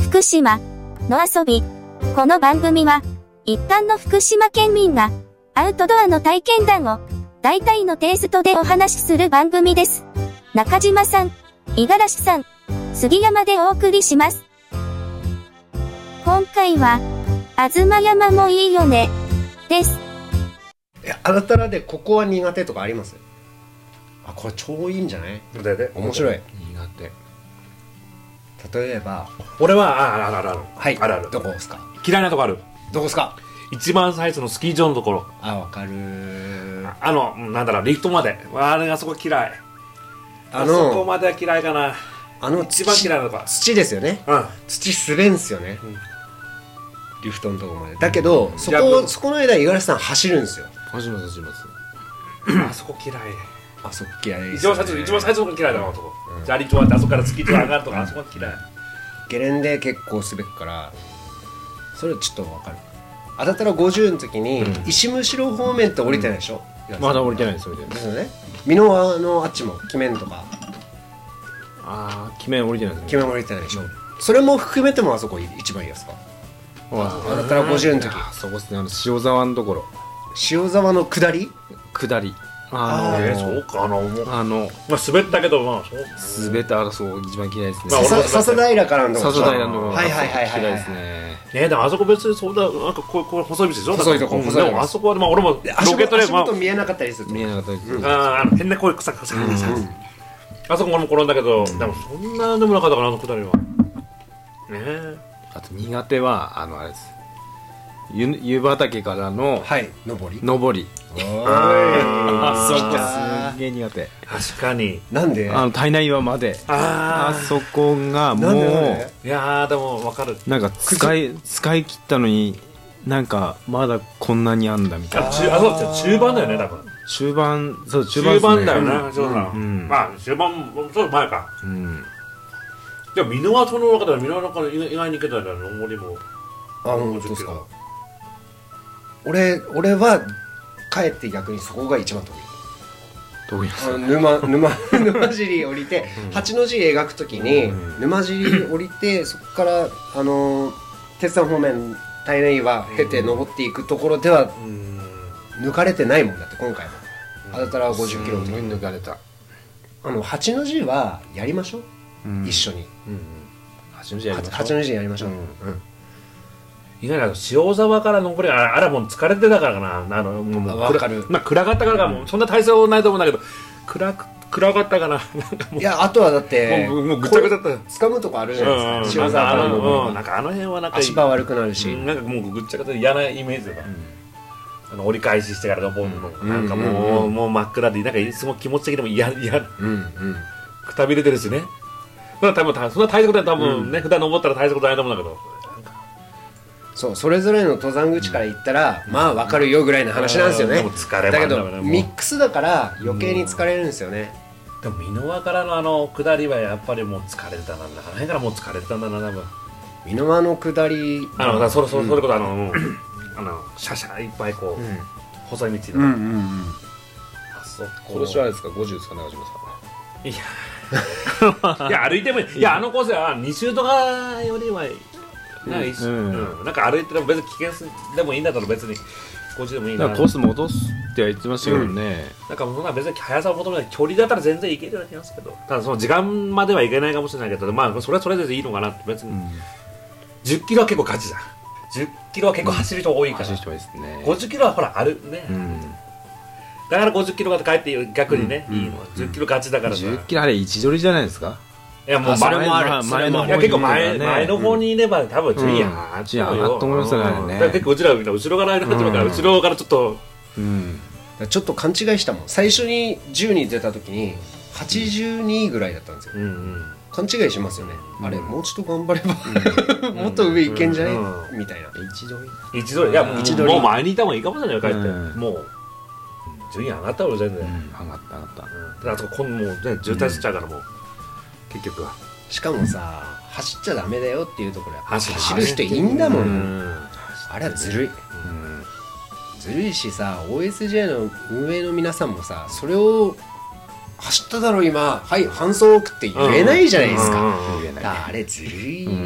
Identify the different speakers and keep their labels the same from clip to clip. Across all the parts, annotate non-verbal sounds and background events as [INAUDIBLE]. Speaker 1: 福島の遊び。この番組は、一般の福島県民が、アウトドアの体験談を、大体のテイストでお話しする番組です。中島さん、五十嵐さん、杉山でお送りします。今回は、あずま山もいいよね、です。
Speaker 2: えあなたらでここは苦手とかありますあこれ超いいんじゃない
Speaker 3: だよね
Speaker 2: 面白い
Speaker 3: 苦手
Speaker 2: 例えば
Speaker 3: 俺はああるあるあるあるある
Speaker 2: どこですか
Speaker 3: 嫌いなとこある
Speaker 2: どこですか
Speaker 3: 一番最初のスキー場のところ
Speaker 2: あわかるー
Speaker 3: あのうんなんだろうリフトまであれがそこ嫌いあ
Speaker 2: あ
Speaker 3: そこ
Speaker 2: の
Speaker 3: までは嫌いかな
Speaker 2: あの
Speaker 3: 一番嫌いなとこ
Speaker 2: 土ですよね
Speaker 3: うん
Speaker 2: 土滑んすよね、
Speaker 3: ん
Speaker 2: リフトのとこまでだけどそ
Speaker 3: いや
Speaker 2: こ
Speaker 3: 僕
Speaker 2: そこの間五十嵐さん走るんですよ
Speaker 4: 始まる始まる
Speaker 3: あそこ嫌い
Speaker 2: あそっきや
Speaker 3: 一番最初一番最初の嫌いだな男じゃあリフトまであそこからスキー場上がるとかあそこ嫌い
Speaker 2: ゲレンデ結構滑るからそれちょっとわかるあたたら50の時に石むしろ方面って降りてないでしょ、
Speaker 4: まだ降りてないですそれで
Speaker 2: ですよね美濃はあのあっちも鬼面とか
Speaker 4: ああ決め降りてないです
Speaker 2: 鬼面も降りてないでしょ、それも含めてもあそこ一番いいやつかあなたら50の時
Speaker 4: あそこっすねあの塩沢のところ
Speaker 2: 塩沢の下り
Speaker 4: 下り
Speaker 2: あー
Speaker 3: え
Speaker 4: あ
Speaker 3: そうかなもう
Speaker 4: のあの
Speaker 3: まあ滑ったけどまあそう
Speaker 4: 滑ったあそこ一番嫌いですね
Speaker 3: まあ俺も
Speaker 2: さ笹平からのとこ
Speaker 4: 笹平の
Speaker 2: はいはいはいはい、は
Speaker 4: 嫌
Speaker 2: いい
Speaker 4: ですね
Speaker 3: ねえでもあそこ別にそんななんかこうこう細い道でしょ
Speaker 2: 細いとこ
Speaker 3: うん
Speaker 2: 細いとこ
Speaker 3: でもあそこはまあ俺もロ
Speaker 2: で足
Speaker 3: ケッ
Speaker 2: 元
Speaker 3: トで
Speaker 2: 足
Speaker 3: まあ
Speaker 2: 元見えなかったりすると
Speaker 4: 見えなかったで
Speaker 3: あ
Speaker 4: す
Speaker 3: ーあの変な声草草草草草あそこ俺も転んだけど、でもそんなでもなかったかなあのくだりはねえ
Speaker 4: あと苦手はあのあれです湯湯畑からの
Speaker 2: はい上り
Speaker 4: 上り
Speaker 2: あ
Speaker 4: すっげえ苦手
Speaker 3: 確かに
Speaker 2: なんで
Speaker 4: あの体内岩まであ
Speaker 3: あ
Speaker 4: そこがも
Speaker 2: なんでなんで
Speaker 4: う
Speaker 3: あいやーでも分かる
Speaker 4: なんか使い使い切ったのになんかまだこんなにあんだみたい
Speaker 3: あ
Speaker 4: な
Speaker 3: 中あそうですよ中盤だよね多分
Speaker 4: 中盤そう中
Speaker 3: 中
Speaker 4: 盤,、
Speaker 3: 盤,、
Speaker 4: ね、
Speaker 3: だよね、そうだ、
Speaker 4: ん
Speaker 3: まあ中盤もちょっと前か
Speaker 4: うん
Speaker 3: でも美濃はその中で美濃の中で意外にいけたじゃん上りも
Speaker 2: あ本当ですか俺俺は帰って逆にそこが一番得意
Speaker 4: どういう
Speaker 2: あの沼沼 [LAUGHS] 沼尻降りて、八の字描くときに、沼尻降り
Speaker 3: [LAUGHS]
Speaker 2: てそこからあのー鉄山方面体内岩経て登っていくところでは
Speaker 3: うん
Speaker 2: 抜かれてないもんだって今回はあだたら50キロの時
Speaker 4: 抜かれた
Speaker 2: あの八の字はやりましょう、
Speaker 4: うん
Speaker 2: 一緒に
Speaker 4: 八の字やりましょう
Speaker 2: 八の字やりましょう、うん
Speaker 3: 意外に塩沢から上りああらもう疲れてたからかなあのもうもう
Speaker 2: あ分かる
Speaker 3: まあ、暗かったからかもうそんな大差ないと思うんだけど暗く暗かったかな [LAUGHS] なんかも
Speaker 2: いやあとはだって
Speaker 3: もうもうぐちゃぐちゃだったよ
Speaker 2: つかむとこあるじゃないですか、
Speaker 3: な
Speaker 2: 塩
Speaker 3: んか
Speaker 2: 沢
Speaker 3: あ
Speaker 2: からの
Speaker 3: の、うん、なんかあの辺はなんか
Speaker 2: 足場悪くなるし、
Speaker 3: うんなんかもうぐっちゃぐちゃで嫌なイメージだから、あの折り返ししてから登るの、なんかもう,、もう真っ暗でなんかすごい気持ち的にも嫌嫌
Speaker 2: うんうん
Speaker 3: くたびれてるしねまあ多分たそんな大したことない多分ね、普段登ったら大したことないと思うんだけど
Speaker 2: そうそれぞれの登山口から行ったら、まあわかるよぐらいの話なんですよね、
Speaker 3: うんでも疲れ
Speaker 2: だ
Speaker 3: もあ
Speaker 2: け
Speaker 3: んだろ
Speaker 2: ど
Speaker 3: うねもう
Speaker 2: ミックスだから余計に疲れるんですよね、
Speaker 3: でも箕輪からのあの下りはやっぱりもう疲れてたなあの辺からもう疲れてたんだな多分
Speaker 2: 美濃輪の下り
Speaker 3: あの、だからそろそろそれこそあの、もうあのシャシャいっぱいこう、細い道
Speaker 2: うん
Speaker 3: の、
Speaker 2: うん
Speaker 3: あそこ
Speaker 4: 今年はあれですか50ですか中島さ
Speaker 3: いやいや歩いてもいいいやあのコースは2周とかよりはいいなんか一緒
Speaker 4: うん
Speaker 3: うんなんか歩いてても別に危険すでもいいんだったら別に50でもいい
Speaker 4: ん
Speaker 3: な
Speaker 4: だ
Speaker 3: な
Speaker 4: か
Speaker 3: ん
Speaker 4: ら
Speaker 3: か
Speaker 4: コース戻すっては言ってましたけどね、
Speaker 3: そんな別に速さを求めない距離だったら全然いけるような気がするけどただその時間まではいけないかもしれないけどまあそれはそれでいいのかなって別に、10キロは結構ガチだ10キロは結構走る人多いから、
Speaker 4: 走る人はいいですね
Speaker 3: 50キロはほらあるね、
Speaker 4: うん
Speaker 3: だから50キロが帰って逆にね、いいの10キロガチだからさ
Speaker 4: 10キロあれ位置取りじゃないですか
Speaker 3: いやもう
Speaker 4: あそ
Speaker 3: 前
Speaker 4: れ
Speaker 3: も
Speaker 4: もある
Speaker 3: ある
Speaker 4: それも
Speaker 3: いや結構前,、
Speaker 4: ね
Speaker 3: 前の方にいれば多分順位上がっちゃう
Speaker 4: うん順位上がっと思いますよねあれね
Speaker 3: だから結構うちらはみんな後ろからいるはずだから、後ろからちょっと
Speaker 4: うん
Speaker 2: うんちょっと勘違いしたもん最初に10に出た時に82位ぐらいだったんですよ
Speaker 3: うんうん
Speaker 2: 勘違いしますよね、あれもうちょっと頑張れば、 [LAUGHS] もっと上いけんじゃね、
Speaker 3: う
Speaker 2: みたいな
Speaker 4: 一度
Speaker 3: 一度いやも
Speaker 2: 一度
Speaker 3: うもう前にいた方がいいかもしれないよ帰って、
Speaker 4: うん
Speaker 3: もう順位上がった俺全然、うん
Speaker 4: 上がった上がった
Speaker 3: だからあそこ今もう、ね、渋滞しちゃうからもう、結局は
Speaker 2: しかもさ走っちゃダメだよっていうところやっぱ
Speaker 3: 走
Speaker 2: 走る人いいんだもん、
Speaker 3: うん
Speaker 2: あれはずるい
Speaker 4: うん
Speaker 2: ずるいしさ OSJ の運営の皆さんもさそれを走っただろ今はい搬送って言えないじゃないですか、
Speaker 3: うんうんうん
Speaker 2: だからあれずる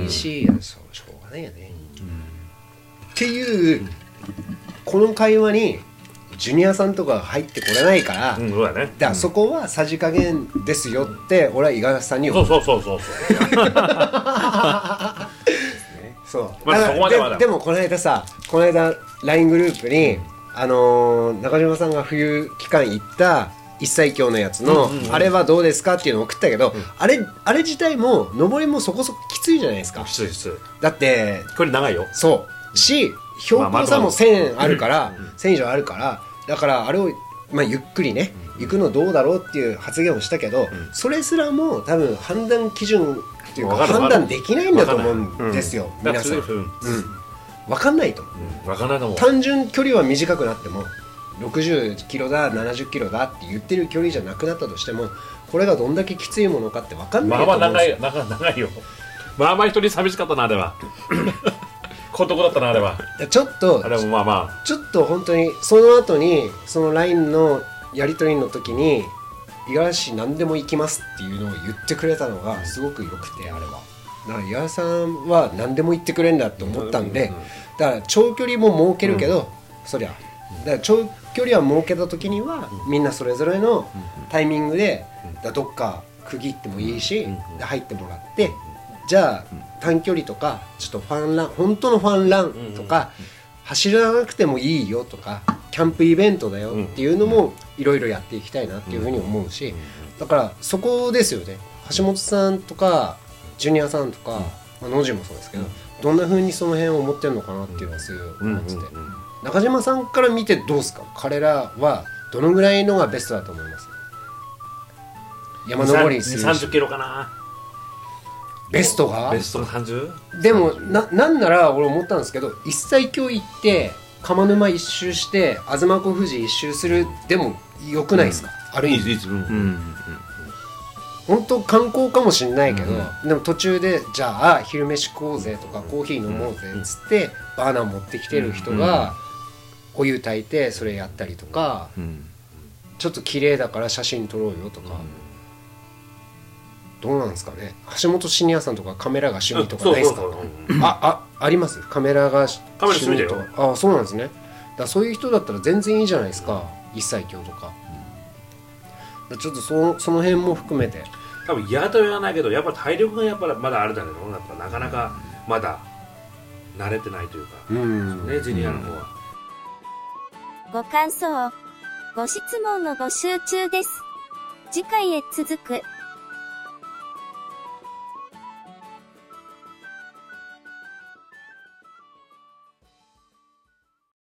Speaker 2: いし、そうしょうがないよね、っていうこの会話にジュニアさんとかが入ってこれないから、
Speaker 3: うん
Speaker 2: だ
Speaker 3: そうだね
Speaker 2: からそこはさじ加減ですよって俺は五十嵐さんに
Speaker 3: そ
Speaker 2: 言
Speaker 3: うそうそうそうそう
Speaker 2: そう、
Speaker 3: まあ
Speaker 2: だから
Speaker 3: そこまではまだ
Speaker 2: でもこの間さこの間 LINE グループに、あのー中島さんが冬期間行った一切教のやつの、あれはどうですかっていうのを送ったけど、あれあれ自体も上りもそこそこきついじゃないですか
Speaker 3: 失礼失礼
Speaker 2: だって
Speaker 3: 距離長いよ
Speaker 2: そうし標
Speaker 3: まあ
Speaker 2: 高差
Speaker 3: ま
Speaker 2: も
Speaker 3: あ
Speaker 2: 1000あるから、1000以上あるからだからあれを、まあ、ゆっくりね行くのどうだろうっていう発言をしたけど、それすらも多分判断基準っていうか
Speaker 3: わかる
Speaker 2: 判
Speaker 3: わかる
Speaker 2: 断できないんだと思うんですよ、
Speaker 3: だか
Speaker 2: 皆
Speaker 3: ら
Speaker 2: さん、うん
Speaker 3: それうん、
Speaker 2: 分かんないと思う
Speaker 3: 分からないと思う
Speaker 2: 単純距離は短くなっても60キロだ70キロだって言ってる距離じゃなくなったとしてもこれがどんだけきついものかって分かんな
Speaker 3: ま
Speaker 2: い
Speaker 3: あ
Speaker 2: と
Speaker 3: ま
Speaker 2: 思うん
Speaker 3: あ
Speaker 2: ですよ
Speaker 3: 長い長い長いよまあまあ一人寂しかったなあ
Speaker 2: [LAUGHS]
Speaker 3: れは孤独だったなあれは
Speaker 2: だからちょっと
Speaker 3: あれもまあま
Speaker 2: ちょっと本当にその後にその LINE のやり取りの時に「五十嵐何でも行きます」っていうのを言ってくれたのがすごく良くてあれはだから五十嵐さんは何でも言ってくれるんだと思ったんでだから長距離も設けるけど、そりゃだから長距離は設けた時にはみんなそれぞれのタイミングでだからどっか区切ってもいいしで入ってもらってじゃあ短距離とかちょっとファンラン本当のファンランとか走らなくてもいいよとかキャンプイベントだよっていうのもいろいろやっていきたいなっていうふうに思うしだからそこですよね橋本さんとかジュニアさんとか、まあ、ノジもそうですけどどんなふうにその辺を思ってるのかなっていうのはすごい思ってて中島さんから見てどうですか彼らはどのぐらいのがベストだと思います
Speaker 3: あ
Speaker 2: 山登りす
Speaker 3: 2 3
Speaker 2: るし
Speaker 3: 0キロかな
Speaker 2: ベストが
Speaker 3: ベストの 30?
Speaker 2: でもななんなら俺思ったんですけど一切今日行って釜沼一周して東湖富士一周するでもよくないですか、ある意味
Speaker 3: いつうん
Speaker 4: うん
Speaker 2: 本当観光かもしんないけど、でも途中でじゃあ昼飯食おうぜとかコーヒー飲もうぜっつってバーナー持ってきてる人がお湯炊いてそれやったりとか
Speaker 4: うん
Speaker 2: ちょっと綺麗だから写真撮ろうよとか。どうなんですかね橋本シニアさんとかカメラが趣味とかないですか
Speaker 3: うんそうそう
Speaker 2: ああありますカメラが
Speaker 3: カメラ趣味だよ
Speaker 2: 趣とかあそうなんですねだからそういう人だったら全然いいじゃないですか一切今日とか,、ちょっとそその辺も含めて
Speaker 3: 多分嫌とは言わないけどやっぱ体力がやっぱまだあれだけどやっぱなかなかまだ慣れてないというか、
Speaker 2: うん
Speaker 3: ねジュニアの方は、
Speaker 1: ご感想、ご質問の募集中です。次回へ続く。